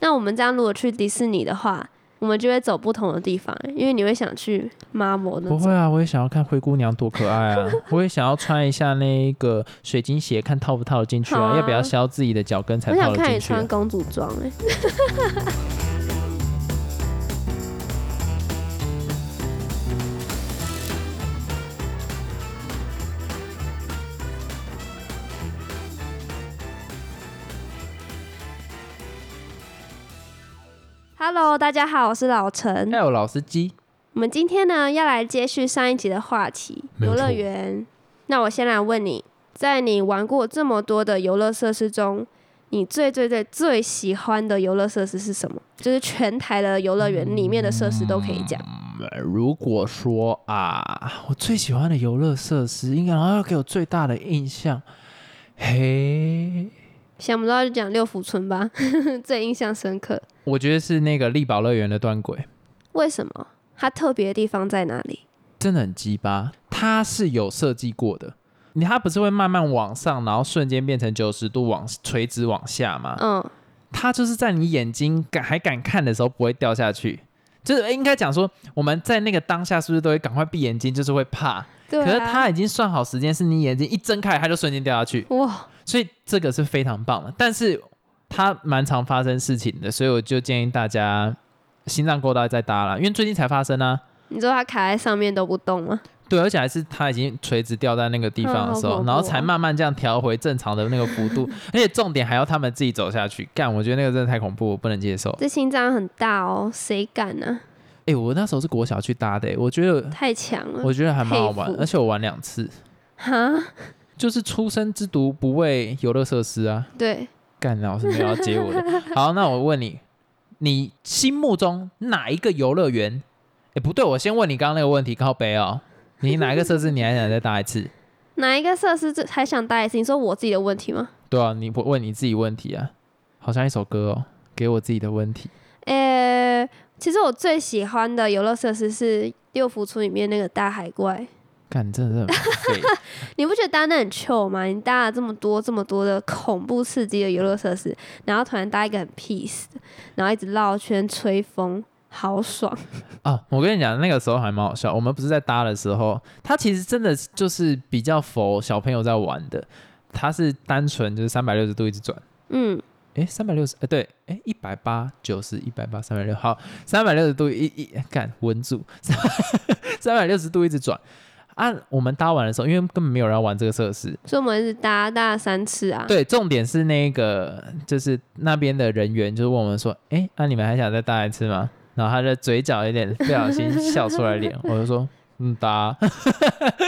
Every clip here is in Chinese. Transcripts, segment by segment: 像我们这样如果去迪士尼的话，我们就会走不同的地方，因为你会想去 Marvel 那不会种。啊，我也想要看灰姑娘多可 爱啊！我也想要穿一下那个水晶鞋，看套不套得进去好啊？啊要不要削自己的脚跟才我套想得看进你去穿啊？公主装哎、Hello，大家好，我是老陈。还有哎老司机，我们今天呢要来接续上一集的话题，没有游错乐园。那我先来问你，在你玩过这么多的游乐设施中，你最最最最喜欢的游乐设施是什么？就是全台的游乐园里面的设施都可以讲。呃如果说啊，我最喜欢的游乐设施，应该然后要给我最大的印象，嘿，想不到就讲六福村吧， 最印象深刻。我觉得是那个力宝乐园的断轨。为什么？它特别的地方在哪里？真的很鸡巴，它是有设计过的。你它不是会慢慢往上，然后瞬间变成九十度往垂直往下吗？嗯，它就是在你眼睛敢还敢看的时候不会掉下去。就是应该讲说，我们在那个当下是不是都会赶快闭眼睛，就是会怕？对、啊。可是它已经算好时间，是你眼睛一睁开，它就瞬间掉下去，哇，所以这个是非常棒的。但是它蛮常发生事情的，所以我就建议大家心脏够大再搭啦，因为最近才发生啊。你知道它卡在上面都不动吗？对，而且还是它已经垂直掉在那个地方的时嗯好候，恐怖然后哦才慢慢这样调回正常的那个幅 度，而且重点还要他们自己走下去。干，我觉得那个真的太恐怖，我不能接受。这心脏很大哦，谁敢呢、哎、我那时候是国小去搭的、欸我觉得太强了。我觉得还蛮好玩佩，服而且我玩两次，哈，就是出生之毒不畏游乐设施啊。对，干，老师没有要接 我的。好，那我问你，你心目中哪一个游乐园？哎、不对，我先问你刚刚那个问题，靠北哦，你哪一个设施你还想再搭一次？哪一个设施最还想待一次？你说我自己的问题吗？对啊，你不问你自己问题啊，好像一首歌哦，给我自己的问题。呃、其实我最喜欢的游乐设施是六福村里面那个大海怪。干，你真的是很废。你不觉得搭那很糗吗？你搭了这么多这么多的恐怖刺激的游乐设施，然后突然搭一个很 peace，的然后一直绕圈吹风，好爽。哦，我跟你讲，那个时候还蛮好笑。我们不是在搭的时候，它其实真的就是比较佛小朋友在玩的，它是单纯就是三百六十度一直转。嗯，诶，三百六十，呃，对，诶，一百八、九十、一百八、三百六，好，三百六十度一一干稳住，三百六十度一直转。啊，我们搭完的时候，因为根本没有人要玩这个设施，所以我们是搭搭了三次啊。对，重点是那个就是那边的人员就是问我们说，哎、那、你们还想再搭一次吗？然后他的嘴角有点不小心笑出来脸，我就说。嗯，搭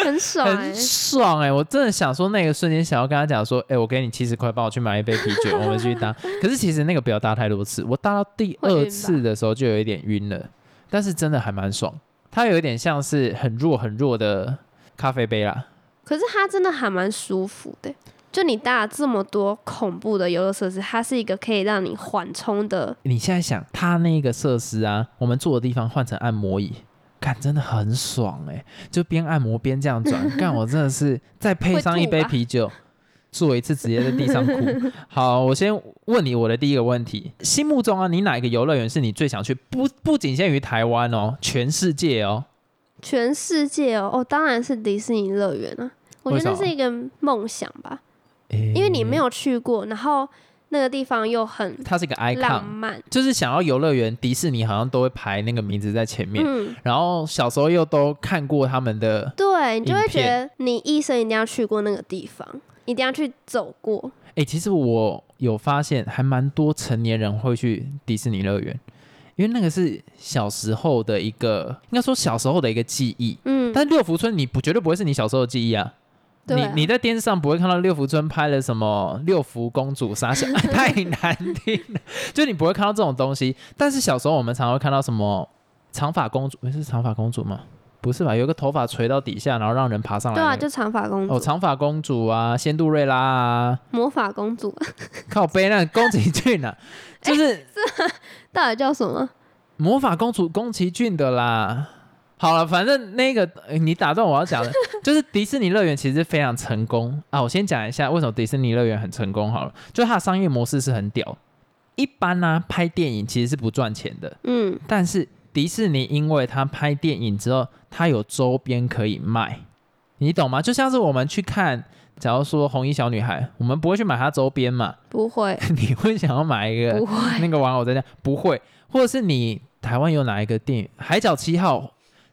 很爽、欸很。爽哎、我真的想说那个瞬间想要跟他讲说，哎、我给你七十块，帮我去买一杯啤酒，我们继续 搭。可是其实那个不要搭太多次，我搭到第会二晕吧次的时候就有一点晕了，但是真的还蛮爽，它有一点像是很弱很弱的咖啡杯啦，可是它真的还蛮舒服的。就你搭了这么多恐怖的游乐设施，它是一个可以让你缓冲的。你现在想，它那个设施啊，我们坐的地方换成按摩椅，干真的很爽哎、就边按摩边这样转，干我真的是再配上一杯啊啤酒，坐一次直接在地上哭。好，我先问你我的第一个问题，心目中啊，你哪一个游乐园是你最想去？不不仅限于台湾哦，全世界哦。全世界哦，哦，当然是迪士尼乐园啊！我觉得那为啥是一个梦想吧，诶因为你没，有去过，然后那个地方又很它是一个浪 icon，漫。就是想要游乐园，迪士尼好像都会排那个名字在前面。嗯，然后小时候又都看过他们的对，你就会影觉片得你一生一定要去过那个地方，一定要去走过。哎、其实我有发现，还蛮多成年人会去迪士尼乐园，因为那个是小时候的一个，应该说小时候的一个记忆。嗯，但六福村你不绝对不会是你小时候的记忆啊！对啊你你在电视上不会看到六福村拍了什么六福公主傻笑，太 难听了，就你不会看到这种东西。但是小时候我们常会看到什么长发公主，诶是长发公主吗？不是吧？有一个头发垂到底下，然后让人爬上来对啊，那个、就长发公主、哦，长发公主啊，仙杜瑞拉啊，魔法公主， 靠背那个宫崎骏啊，就是到底叫什么？魔法公主宫崎骏的啦。好了，反正那个、呃你打断我要讲的，就是迪士尼乐园其实非常成功啊。我先讲一下为什么迪士尼乐园很成功好了，就它的商业模式是很屌，一般呢、拍电影其实是不赚钱的，嗯，但是迪士尼因为它拍电影之后，它有周边可以卖，你懂吗？就像是我们去看，假如说红衣小女孩，我们不会去买它周边嘛？ 不会，你会想要买一不个会， 那个玩偶在家？不会，或者是你台湾有哪一个电影《海角七号》？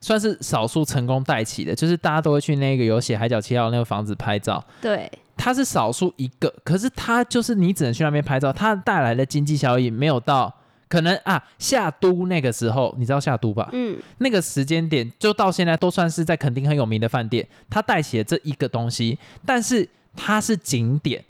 算是少数成功带起的，就是大家都会去那个有写《海角七号》那个房子拍照，对，它是少数一个，可是它就是你只能去那边拍照，它带来的经济效益没有到，可能啊夏都那个时候，你知道夏都吧？嗯，那个时间点就到现在都算是在垦丁很有名的饭店，它带起了这一个东西，但是它是景点。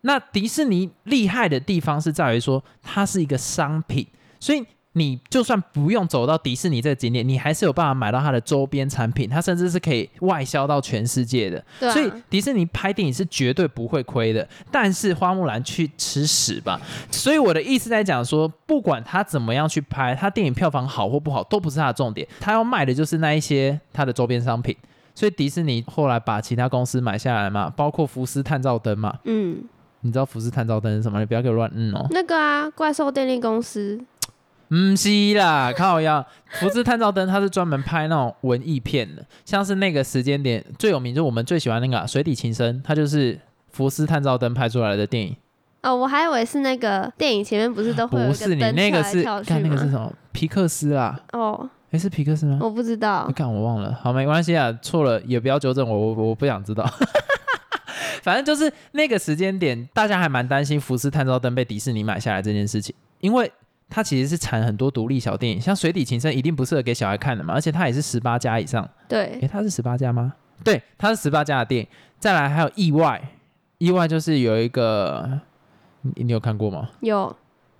那迪士尼厉害的地方是在于说，它是一个商品，所以你就算不用走到迪士尼这个景点，你还是有办法买到它的周边产品，它甚至是可以外销到全世界的。对、啊，所以迪士尼拍电影是绝对不会亏的，但是花木兰去吃屎吧。所以我的意思在讲说，不管他怎么样去拍，他电影票房好或不好都不是他的重点，他要卖的就是那一些他的周边商品。所以迪士尼后来把其他公司买下来嘛，包括福斯探照灯嘛。嗯，你知道福斯探照灯是什么？你不要给我乱嗯哦。那个啊，怪兽电力公司，嗯，是啦，靠呀！福斯探照灯它是专门拍那种文艺片的，像是那个时间点最有名，就是我们最喜欢那个啊、水底情深》，它就是福斯探照灯拍出来的电影。哦，我还以为是那个电影前面不是都会有不一是个你灯那跳个来是，跳去看那个是吗？什么？皮克斯啊？哦，诶，是皮克斯吗？我不知道你，看我忘了，好没关系啊，错了也不要纠正我，我我不想知道。 反正就是那个时间点，大家还蛮担心福斯探照灯被迪士尼买下来这件事情，因为它其实是产很多独立小电影，像《水底情深》一定不适合给小孩看的嘛，而且它也是十八加以上。对，诶，它是十八加吗？对，它是十八加的电影。再来还有意外，意外就是有一个，你你有看过吗？有，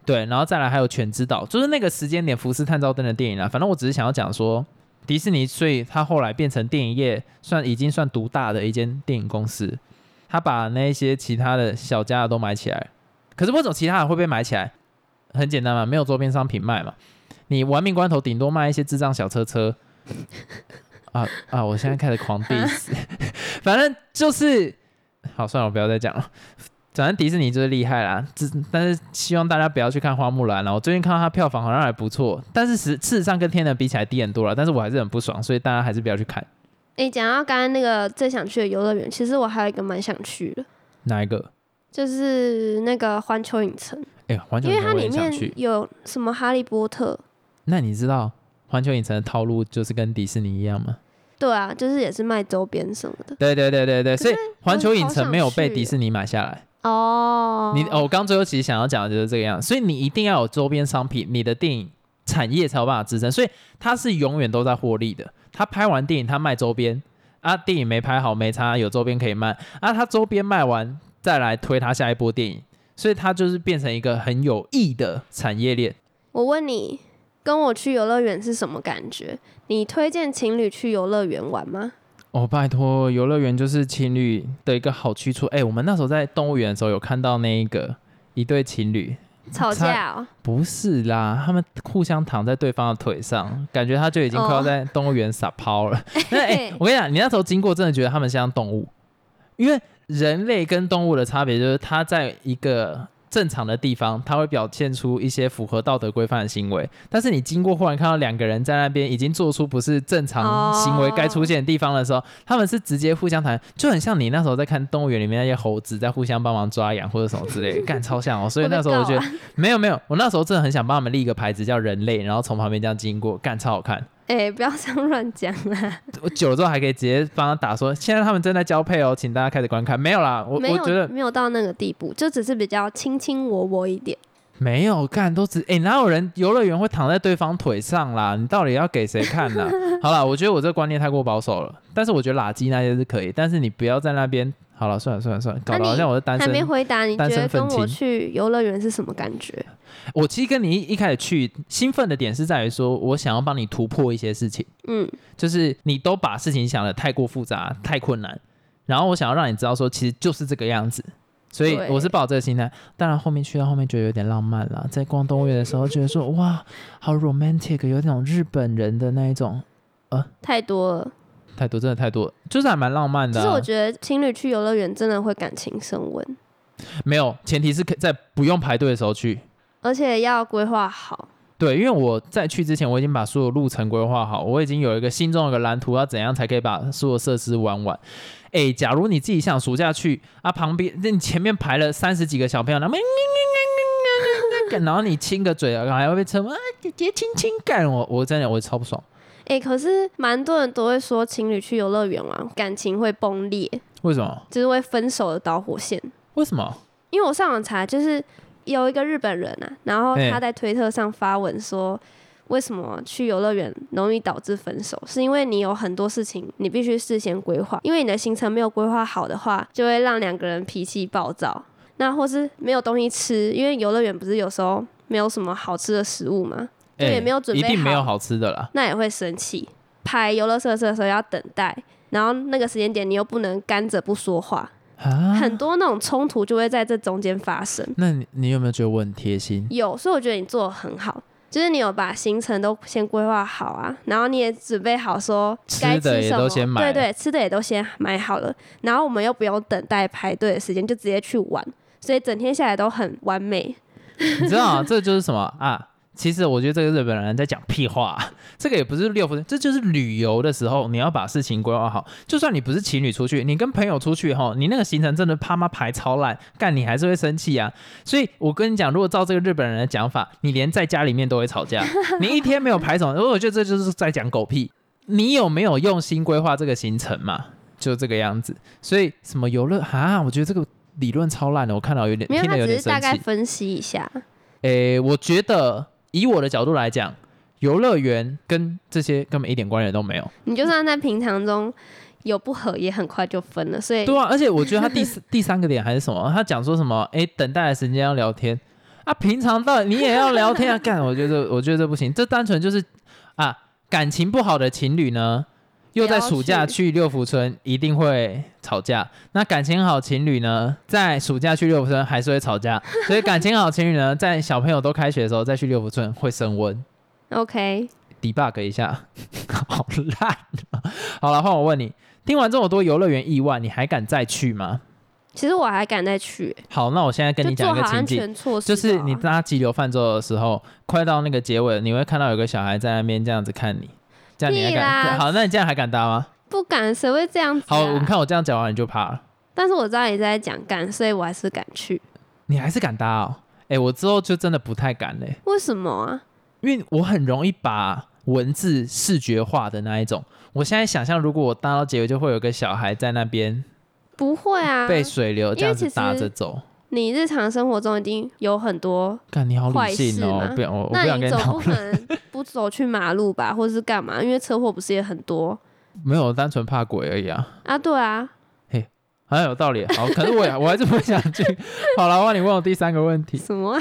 对，然后再来还有《全知道》，就是那个时间点福斯探照灯的电影啦。啊反正我只是想要讲说，迪士尼，所以它后来变成电影业算已经算独大的一间电影公司，它把那些其他的小家的都买起来。可是为什么其他的会被买起来？很简单嘛，没有周边商品卖嘛。你玩命关头顶多卖一些智障小车车。啊啊！我现在开始狂 diss，反 正就是好，算了，我不要再讲了。反正迪士尼就是厉害啦，只但是希望大家不要去看花木兰了。我最近看到它票房好像还不错，但是实事实上跟天能比起来低很多了，但是我还是很不爽，所以大家还是不要去看诶，讲到刚刚那个最想去的游乐园，其实我还有一个蛮想去的，哪一个。就是那个环球影城，哎、环球因影为城它我里也想面去。有什么哈利波特，那你知道环球影城的套路就是跟迪士尼一样吗？对啊，就是也是卖周边什么的。对对对对对，所以环球影好想城没有被去迪士尼买下来。哦，你哦，我刚最后其实想要讲的就是这个样子，所以你一定要有周边商品，你的电影产业才有办法支撑，所以它是永远都在获利的。他拍完电影，他卖周边啊，电影没拍好没差，有周边可以卖啊，他周边卖完再来推他下一波电影，所以它就是变成一个很有益的产业链。我问你，跟我去游乐园是什么感觉？你推荐情侣去游乐园玩吗？哦，拜托，游乐园就是情侣的一个好去处。哎、我们那时候在动物园的时候有看到那一个一对情侣，吵架哦，不是啦，他们互相躺在对方的腿上，感觉他就已经快要哦在动物园撒泡 了。那哎、我跟你讲，你那时候经过，真的觉得他们像动物，因为人类跟动物的差别就是，它在一个正常的地方，它会表现出一些符合道德规范的行为，但是你经过忽然看到两个人在那边已经做出不是正常行为哦该出现的地方的时候，他们是直接互相谈，就很像你那时候在看动物园里面那些猴子在互相帮忙抓羊或者什么之类的，干超像哦。所以那时候我觉得、没有没有，我那时候真的很想帮他们立一个牌子叫人类，然后从旁边这样经过，干超好看。 哎、不要这样乱讲啊啦，我久了之后还可以直接帮他打说，现在他们正在交配哦，请大家开始观看。没有啦，我没我觉有得没有到那个地步，就只是比较卿卿我我一点。没有干都只哎、哪有人游乐园会躺在对方腿上啦？你到底要给谁看啦？好啦，我觉得我这个观念太过保守了，但是我觉得垃圾那些是可以，但是你不要在那边。好了，算了算了算了，搞得那好你像我是单还身没回答，你觉单身得跟愤青我去游乐园是什么感觉？我其实跟你一一开始去兴奋的点是在于说，我想要帮你突破一些事情，嗯，就是你都把事情想的太过复杂、太困难，然后我想要让你知道说，其实就是这个样子。所以对我是抱这个心态，当然后面去到后面觉得有点浪漫啦，在逛动物园的时候觉得说哇，好 romantic，有那种日本人的那一种太多了。太多，真的太多了，就是还蛮浪漫其的、实我啊。觉得情侣去游乐园真的会感情升温。没有，前提是可以在不用排队的时候去，而且要规划好。对，因为我在去之前，我已经把所有路程规划好，我已经有一个心中有个蓝图，要怎样才可以把所有设施玩完。哎，假如你自己想暑假去啊，旁边那你前面排了三十几个小朋友，然后 然后你亲个嘴，然后还会被称啊姐姐亲亲干我，我真的我超不爽。哎、可是蛮多人都会说情侣去游乐园玩，感情会崩裂，为什么？就是会分手的导火线。为什么？因为我上网查，就是有一个日本人啊，然后哎他在推特上发文说，为什么去游乐园容易导致分手，是因为你有很多事情你必须事先规划，因为你的行程没有规划好的话，就会让两个人脾气暴躁，那或是没有东西吃，因为游乐园不是有时候没有什么好吃的食物吗？就哎也没有准备一定没有好好吃的啦。那也会生气。排游乐设施的时候要等待，然后那个时间点你又不能干着不说话，啊，很多那种冲突就会在这中间发生。那你你有没有觉得我很贴心？有，所以我觉得你做的很好，就是你有把行程都先规划好啊，然后你也准备好说吃该的吃也什都么，先买对对，吃的也都先买好了，然后我们又不用等待排队的时间，就直接去玩，所以整天下来都很完美。你知道、啊、这就是什么啊？其实我觉得这个日本人在讲屁话、 这个也不是六分，这就是旅游的时候你要把事情规划好。就算你不是情侣出去，你跟朋友出去哈，你那个行程真的他妈排超烂，干你还是会生气啊。所以我跟你讲，如果照这个日本人的讲法，你连在家里面都会吵架，你一天没有排什么，哦我觉得这就是在讲狗屁。你有没有用心规划这个行程嘛？就这个样子。所以什么游乐啊，我觉得这个理论超烂的，我看到有点没有，听他得有只点是生大气概。分析一下，诶，我觉得以我的角度来讲，游乐园跟这些根本一点关联都没有。你就算在平常中有不合，也很快就分了，所以对啊，而且我觉得他第四第三个点还是什么，他讲说什么？诶，等待的时间要聊天啊，平常到你也要聊天啊， 干，我觉得我觉得这不行，这单纯就是啊，感情不好的情侣呢。又在暑假不要去六福村一定会吵架，那感情好情侣呢，在暑假去六福村还是会吵架，所以感情好情侣呢，在小朋友都开学的时候再去六福村会升温。 OK， debug 一下， 好烂、啊。好了，换我问你，听完这么多游乐园意外，你还敢再去吗？其实我还敢再去、好，那我现在跟就你做讲一好个安情境，全措施就好啊。是你搭急流泛舟的时候，快到那个结尾，你会看到有个小孩在那边这样子看你，这样你还屁敢？啦好，那你这样还敢搭吗？不敢，谁会这样子、啊？好，我看我这样讲完你就怕了，但是我知道你在讲干，所以我还是敢去。你还是敢搭哦？哎、我之后就真的不太敢嘞、为什么啊？因为我很容易把文字视觉化的那一种。我现在想象，如果我搭到结尾，就会有个小孩在那边不会啊，被水流这样因子为其实打着走。你日常生活中已经有很多，干，你好坏理性事哦！吗不要，我我不那想你跟总讨不可 论。能不走去马路吧， 或者是干嘛？因为车祸不是也很多没有，我单纯怕鬼而已啊，啊？对啊，好像有道理。好，可是我也我还是不想去。好了，换你问我第三个问题。什么 啊、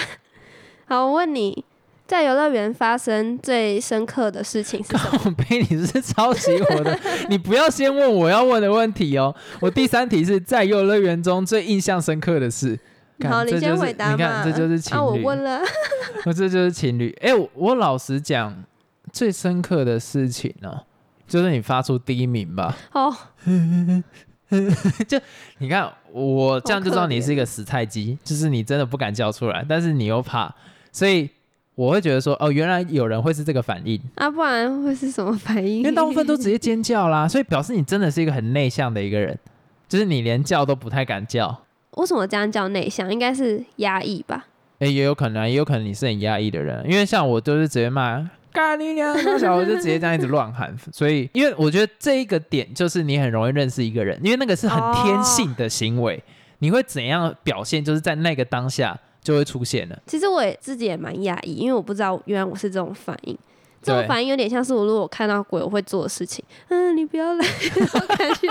好，我问你，在游乐园发生最深刻的事情是什么？我呸！你是抄袭我的，你不要先问我要问的问题哦。我第三题是在幼儿园中最印象深刻的事。干好，你这就先是回答你嘛。看，这就是情啊，我侣。问了， 我这就是情侣。哎、我我老实讲，最深刻的事情呢、就是你发出第一名吧。哦，你看我这样就知道好可怜你是一个死菜鸡，就是你真的不敢叫出来，但是你又怕，所以我会觉得说，哦，原来有人会是这个反应，啊，不然会是什么反应？因为大部分都直接尖叫啦，所以表示你真的是一个很内向的一个人，就是你连叫都不太敢叫。 为什么这样叫内向？应该是压抑吧？哎、也有可能、啊，也有可能你是很压抑的人，因为像我都是直接骂咖喱娘大小，我就直接这样一直乱喊。 所以，因为我觉得这一个点就是你很容易认识一个人，因为那个是很天性的行为，你会怎样表现，就是在那个当下就会出现了。其实我也自己也蛮压抑，因为我不知道原来我是这种反应。这种对反应有点像是我如果我看到鬼我会做的事情，嗯，你不要来那种感觉，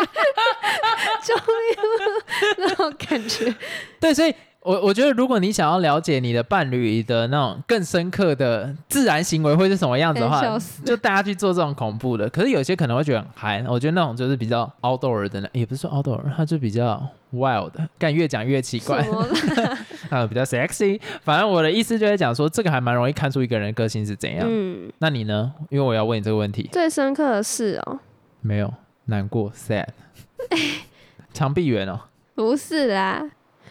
救命！那种感觉，对，所以我我觉得，如果你想要了解你的伴侣的那种更深刻的自然行为会是什么样子的话哎笑，死就大家去做这种恐怖的。可是有些可能会觉得很嗨，我觉得那种就是比较 outdoor 的那，也不是说 outdoor，它就比较 wild 的。但越讲越奇怪什，么 啦？ 啊，比较 sexy。反正我的意思就是讲说，这个还蛮容易看出一个人的个性是怎样。嗯，那你呢？因为我要问你这个问题，最深刻的事哦、没有难过 sad，长臂猿哦，不是啦，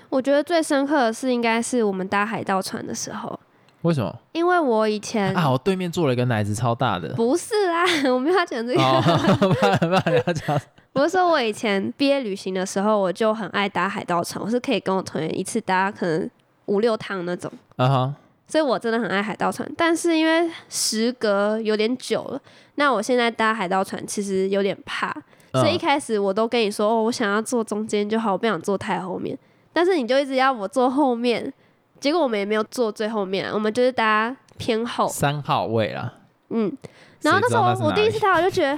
我觉得最深刻的事应该是我们搭海盗船的时候，为什么因为我以前、啊？我对面坐了一个奶子超大的，不是啦，我没有要 讲这个，哦，怕怕你要讲，我是说我以前毕业旅行的时候，我就很爱搭海盗船，我是可以跟我同学一次搭可能五六趟那种。啊哈，所以我真的很爱海盗船，但是因为时隔有点久了，那我现在搭海盗船其实有点怕，所以一嗯开始我都跟你说，哦，我想要坐中间就好，我不想坐太后面，但是你就一直要我坐后面，结果我们也没有坐最后面啊，我们就是搭偏后，三号位啦。嗯，然后那时候谁知道是我我哪第一里次搭，我就觉得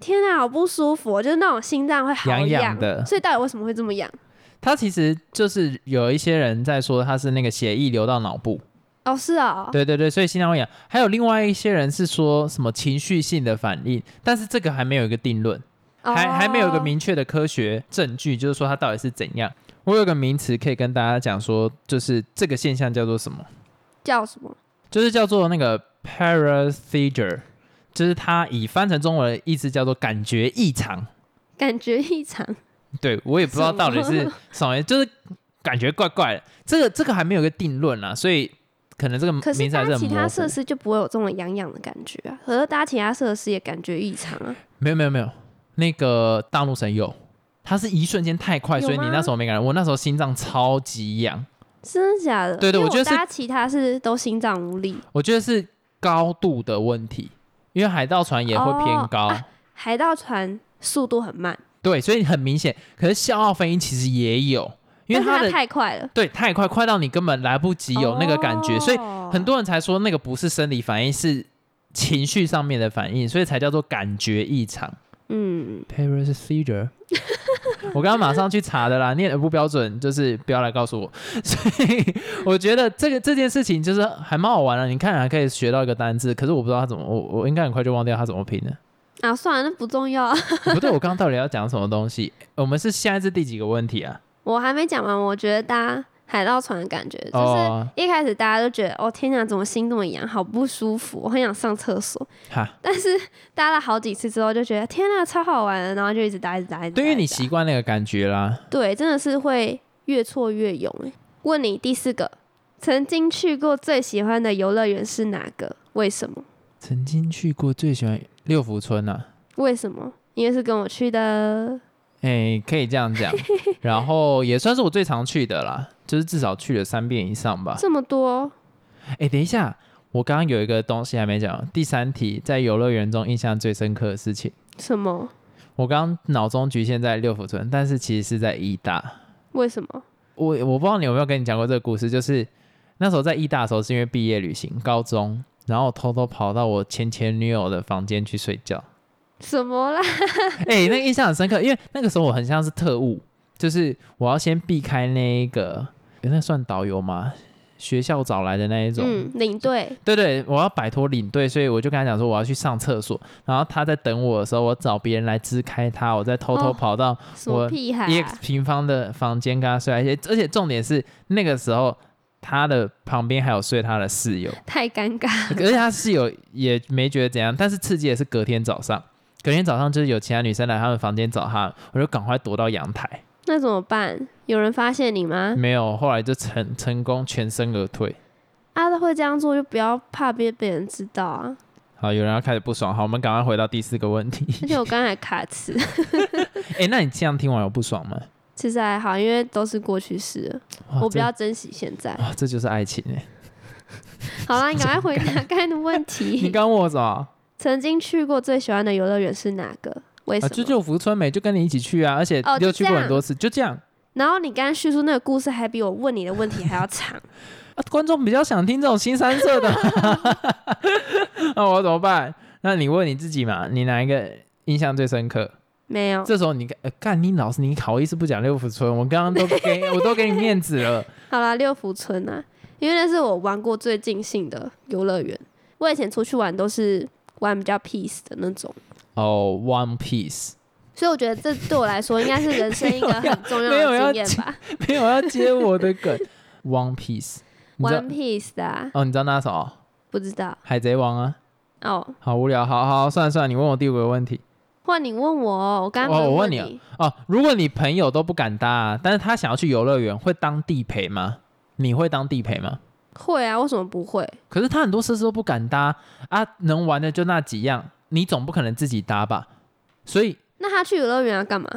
天啊，好不舒服哦，就是那种心脏会好痒痒的所以到底为什么会这么痒？它其实就是有一些人在说它是那个血液流到脑部，哦，是啊、对对对，所以心脏会痒。还有另外一些人是说什么情绪性的反应，但是这个还没有一个定论，哦，还还没有一个明确的科学证据，就是说它到底是怎样。我有个名词可以跟大家讲说，就是这个现象叫做什么？叫什么？就是叫做那个 paratheter，就是它以翻成中文的意思叫做感觉异常。感觉异常。对我也不知道什么到底是什么，就是感觉怪怪的。这个这个还没有一个定论啊，所以可能这个可是名字还搭是很其模他糊设施就不会有这种痒痒的感觉啊，可是搭其他设施也感觉异常啊。没有没有没有，那个大陆神有，它是一瞬间太快，有所以你吗那时候没感觉。我那时候心脏超级痒，真的假的？对对因为我觉得是搭其他是都心脏无力。我觉得是高度的问题，因为海盗船也会偏哦高。啊海盗船速度很慢，对，所以很明显。可是笑傲飞鹰其实也有，因为但它是的它太快了，对太快，快到你根本来不及有那个感哦觉，所以很多多人才说那个不是生理反应，是情绪上面的反应，所以才叫做感觉异常嗯 （paraesthesia）。我刚刚马上去查的啦，念的不标准，就是不要来告诉我。所以我觉得这个这件事情就是还蛮好玩的，你看还可以学到一个单字，可是我不知道它怎么，我我应该很快就忘掉它怎么拼了。啊，算了，那不重要啊。不对，我刚刚到底要讲什么东西？我们是现在是第几个问题啊？我还没讲完，我觉得搭海盗船的感觉就是。哦，一开始大家都觉得，哦天哪，怎么心这么痒，好不舒服，我很想上厕所。哈，但是搭了好几次之后，就觉得天哪，超好玩的，然后就一直搭，一直搭，一直搭。对于一你直搭习惯那个感觉啦。对，真的是会越挫越勇哎。问你第四个，曾经去过最喜欢的游乐园是哪个？为什么？曾经去过最喜欢六福村啊。为什么？因为是跟我去的，哎、可以这样讲，然后也算是我最常去的啦，就是至少去了三遍以上吧。这么多哎、等一下，我刚刚有一个东西还没讲，第三题，在游乐园中印象最深刻的事情，什么？我刚刚脑中局限在六福村，但是其实是在义大。为什么？我我不知道你有没有跟你讲过这个故事，就是那时候在义大的时候是因为毕业旅行，高中，然后我偷偷跑到我前前女友的房间去睡觉。什么啦？ 哎、那个印象很深刻，因为那个时候我很像是特务，就是我要先避开那一个，诶那算导游吗？学校找来的那一种，嗯，领队对对，我要摆脱领队，所以我就跟他讲说我要去上厕所，然后他在等我的时候，我找别人来支开他，我再偷偷哦跑到什么我屁孩、 EX 啊？平方的房间跟他睡，而且而且重点是那个时候他的旁边还有睡他的室友，太尴尬。 可是他室友也没觉得怎样，但是刺激的是隔天早上，隔天早上就是有其他女生来他们房间找他，我就赶快躲到阳台，那怎么办？有人发现你吗？没有，后来就成成功全身而退。啊，他会这样做就不要怕被别人知道啊。好，有人要开始不爽，好，我们赶快回到第四个问题。 而且我刚才卡词， 哎、那你这样听完有不爽吗？其实还好，因为都是过去式了，我哇啊这比较珍惜现在。哇，这就是爱情哎、 好啦，你赶快回答刚才的 问题。你刚问我什么？啊，曾经去过最喜欢的游乐园是哪个？为什么？就就啊福村美就跟你一起去啊，而且哦就又去过这样很多次，就这样。然后你刚刚叙述那个故事，还比我问你的问题还要长。啊，观众比较想听这种新三 色的， 那我怎么办？那你问你自己嘛，你哪一个印象最深刻？没有，这时候你呃干、你老师，你好意思不讲六福村？我刚刚都给 我都给你面子了。好啦，六福村啊，因为那是我玩过最尽兴的游乐园。我以前出去玩都是玩比较 peace 的那种，哦、o n e Piece 所以我觉得这对我来说应该是人生一个很重要没有的要经验吧。没有要接我的梗 ，One Piece，你知道 One Piece 的、啊，哦？你知道那是什么？不知道海贼王啊，哦。好无聊，好好算了算了，你问我第五个问题换你问我哦，我刚刚哦没有我问你你哦。如果你朋友都不敢搭、啊，但是他想要去游乐园，会当地陪吗？你会当地陪吗？会啊，为什么不会？可是他很多设施都不敢搭啊，能玩的就那几样，你总不可能自己搭吧？所以，那他去游乐园要干嘛？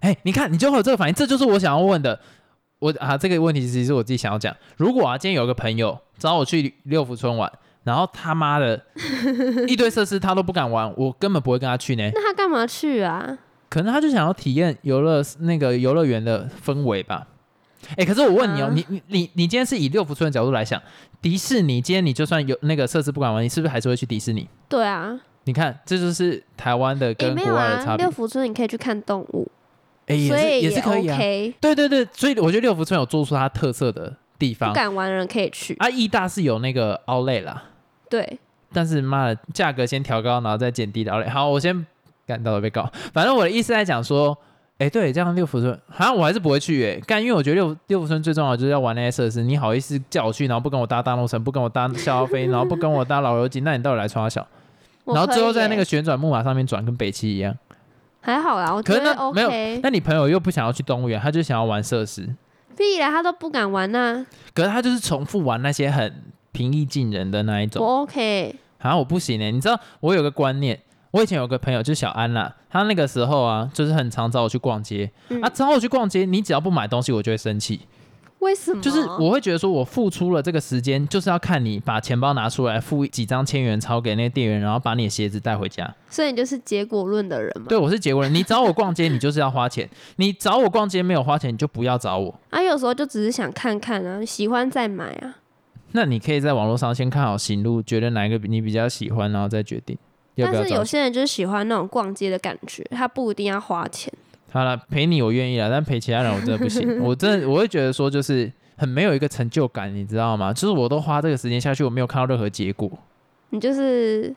哎，你看你就会有这个反应，这就是我想要问的。我啊，这个问题其实我自己想要讲。如果啊，今天有个朋友找我去六福村玩，然后他妈的一堆设施他都不敢玩，我根本不会跟他去呢。那他干嘛去啊？可能他就想要体验游乐那个游乐园的氛围吧。哎、可是我问你哦、啊你你你你今天是以六福村的角度来想，迪士尼今天你就算有那个设施不敢玩，你是不是还是会去迪士尼？对啊，你看，这就是台湾的也跟没国有外的啊差，别六。福村你可以去看动物，哎、所以也是也是可以啊。 OK。对对对，所以我觉得六福村有做出它特色的地不方。敢玩的人可以去，啊，义大是有那个奥莱啦，对，但是妈的，价格先调高，然后再减低的奥莱。好，我先干到了被告。反正我的意思在讲说，哎、对，这样六福村，好像我还是不会去哎、干，因为我觉得六六福村最重要的就是要玩那些设施。你好意思叫我去，然后不跟我搭大怒神，不跟我搭逍遥飞，然后不跟我搭老友记，那你到底来穿小？我然后最后可以在那个耶旋转木马上面转，跟北七一样。还好啦，我可觉是得那没有 OK。那你朋友又不想要去动物园，他就想要玩设施，屁啦，他都不敢玩呐、可是他就是重复玩那些很平易近人的那一种我。OK。啊，我不行呢、你知道我有个观念，我以前有个朋友就是小安啦，他那个时候啊，就是很常找我去逛街，嗯啊，找我去逛街，你只要不买东西，我就会生气，为什么？就是我会觉得说我付出了这个时间，就是要看你把钱包拿出来，付几张千元钞给那个店员，然后把你的鞋子带回家。所以你就是结果论的人嘛。对我是结果人，你找我逛街，你就是要花钱，你找我逛街没有花钱，你就不要找我。啊，有时候就只是想看看啊，喜欢再买啊。那你可以在网络上先看好行路，觉得哪一个你比较喜欢，然后再决定要但不要是找有。些人就是喜欢那种逛街的感觉，他不一定要花钱。好了，陪你我愿意了，但陪其他人我真的不行。 我真的我会觉得说，就是很没有一个成就感，你知道吗？就是我都花这个时间下去，我没有看到任何结果。你就是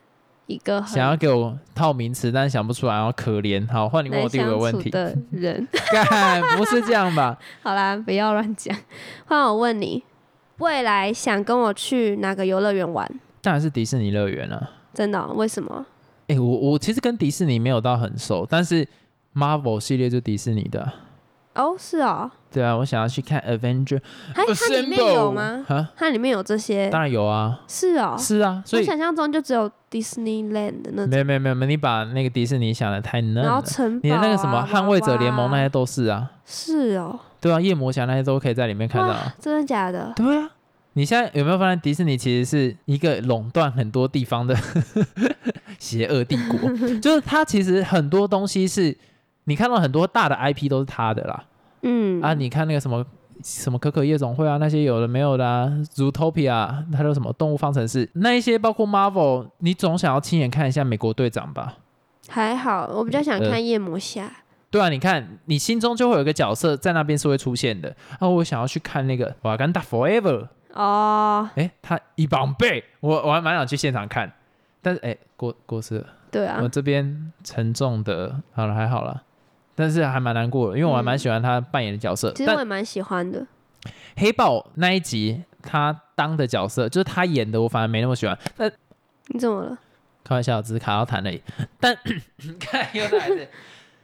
一个很想要给我套名词，但是想不出来，然后可怜。好，换你问难我第五相个问处 题。 的人。干，不是这样吧？好啦，不要乱讲。换我问你，未来想跟我去哪个游乐园玩？当然是迪士尼乐园了、啊。真的哦、为什么？哎、我我其实跟迪士尼没有到很熟，但是 Marvel 系列就迪士尼的啊。哦，是哦，对啊，我想要去看 Avenger。它哎它里面有吗？啊，它里面有这些？呃当然有啊，是哦，是啊，所我以想象中就只有 Disneyland 的那种，没有没有没有，你把那个迪士尼想的太嫩然后了。城堡、啊、你的那个什么娃《捍卫者联盟》娃那些都是啊，是哦，对啊，夜魔侠那些都可以在里面看到啊。真的假的？ 对啊，你现在有没有发现迪士尼其实是一个垄断很多地方的 邪恶帝 国？就是它其实很多东西是你看到很多大的 IP 都是它的啦。嗯啊，你看那个什么什么可可夜总会啊，那些有的没有的啊，Zootopia，还有什么动物方程式，那一些包括 Marvel，你总想要亲眼看一下美国队长吧？还好，我比较想呃看夜魔侠。对啊，你看，你心中就会有一个角色在那边是会出现的啊。我想要去看那个《瓦干达 Forever》，哦，哎，他一绑背，我我还蛮想去现场看，但是哎，过过世了，对啊我，这边沉重的，好了还好了，但是还蛮难过的，因为我还蛮喜欢他扮演的角色。嗯其实我但也蛮喜欢的。黑豹那一集他当的角色，就是他演的，我反而没那么喜欢。但你怎么了？开玩笑，只是卡到痰而 已。但你看又来了，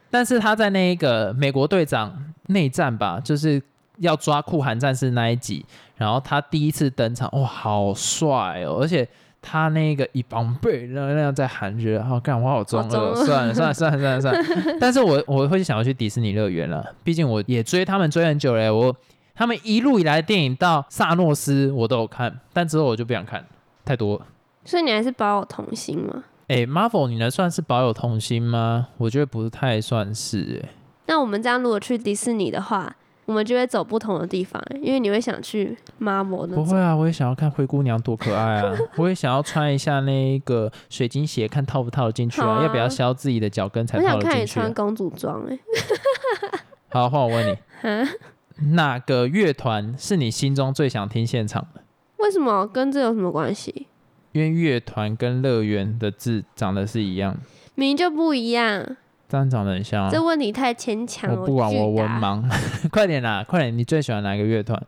但是他在那一个美国队长内战吧，就是要抓酷寒战士那一集，然后他第一次登场，哇，好帅哦！而且他那个一帮背那那样在喊着，然后干我好中好中二，哦二算了算了算了算了算 了。但是我我会想要去迪士尼乐园了，毕竟我也追他们追很久嘞，我。他们一路以来的电影到萨诺斯我都有看，但之后我就不想看，太多了。所以你还是保我童心吗？哎、m a r v e l 你能算是保有童心吗？我觉得不太算是、欸。那我们这样如果去迪士尼的话，我们就会走不同的地方，因为你会想去 Marvel 那不种。会啊，我也想要看灰姑娘多可 爱啊！我也想要穿一下那个水晶鞋，看套不套得进去啊？好啊要不要削自己的脚跟才我套想得看进你去、穿啊？公主装哎、好，换我问你，欸， 哈，哪个乐团是你心中最想听现场的？为什么跟这有什么关系？因为乐团跟乐园的字长得是一样的，明明就不一样，这样长得很像、啊这。问题太牵强了。我不管，拒我文答，盲， 快点啦，快点！你最喜欢哪个乐团？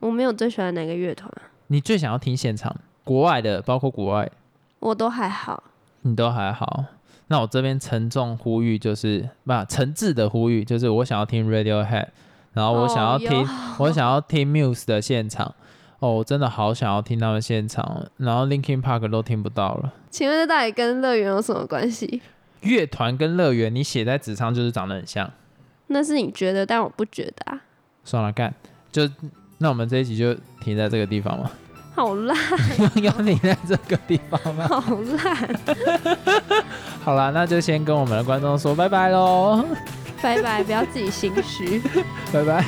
我没有最喜欢哪个乐团，你最想要听现场？国外的，包括国外的我都还好。你都还好。那我这边沉重呼吁就是，不、诚挚的呼吁就是，我想要听 Radiohead，然后我想要哦听、有我想要听 Muse 的现场，哦，我真的好想要听他们现场，然后 Linkin Park 都听不到了。请问这到底跟乐园有什么关系？乐团跟乐园，你写在纸上就是长得很像。那是你觉得，但我不觉得啊，算了，干就那我们这一集就停在这个地方嘛， 好烂，要停在这个地方吗？好烂，好啦，那就先跟我们的观众说拜拜喽，拜拜，不要自己心虚。拜拜。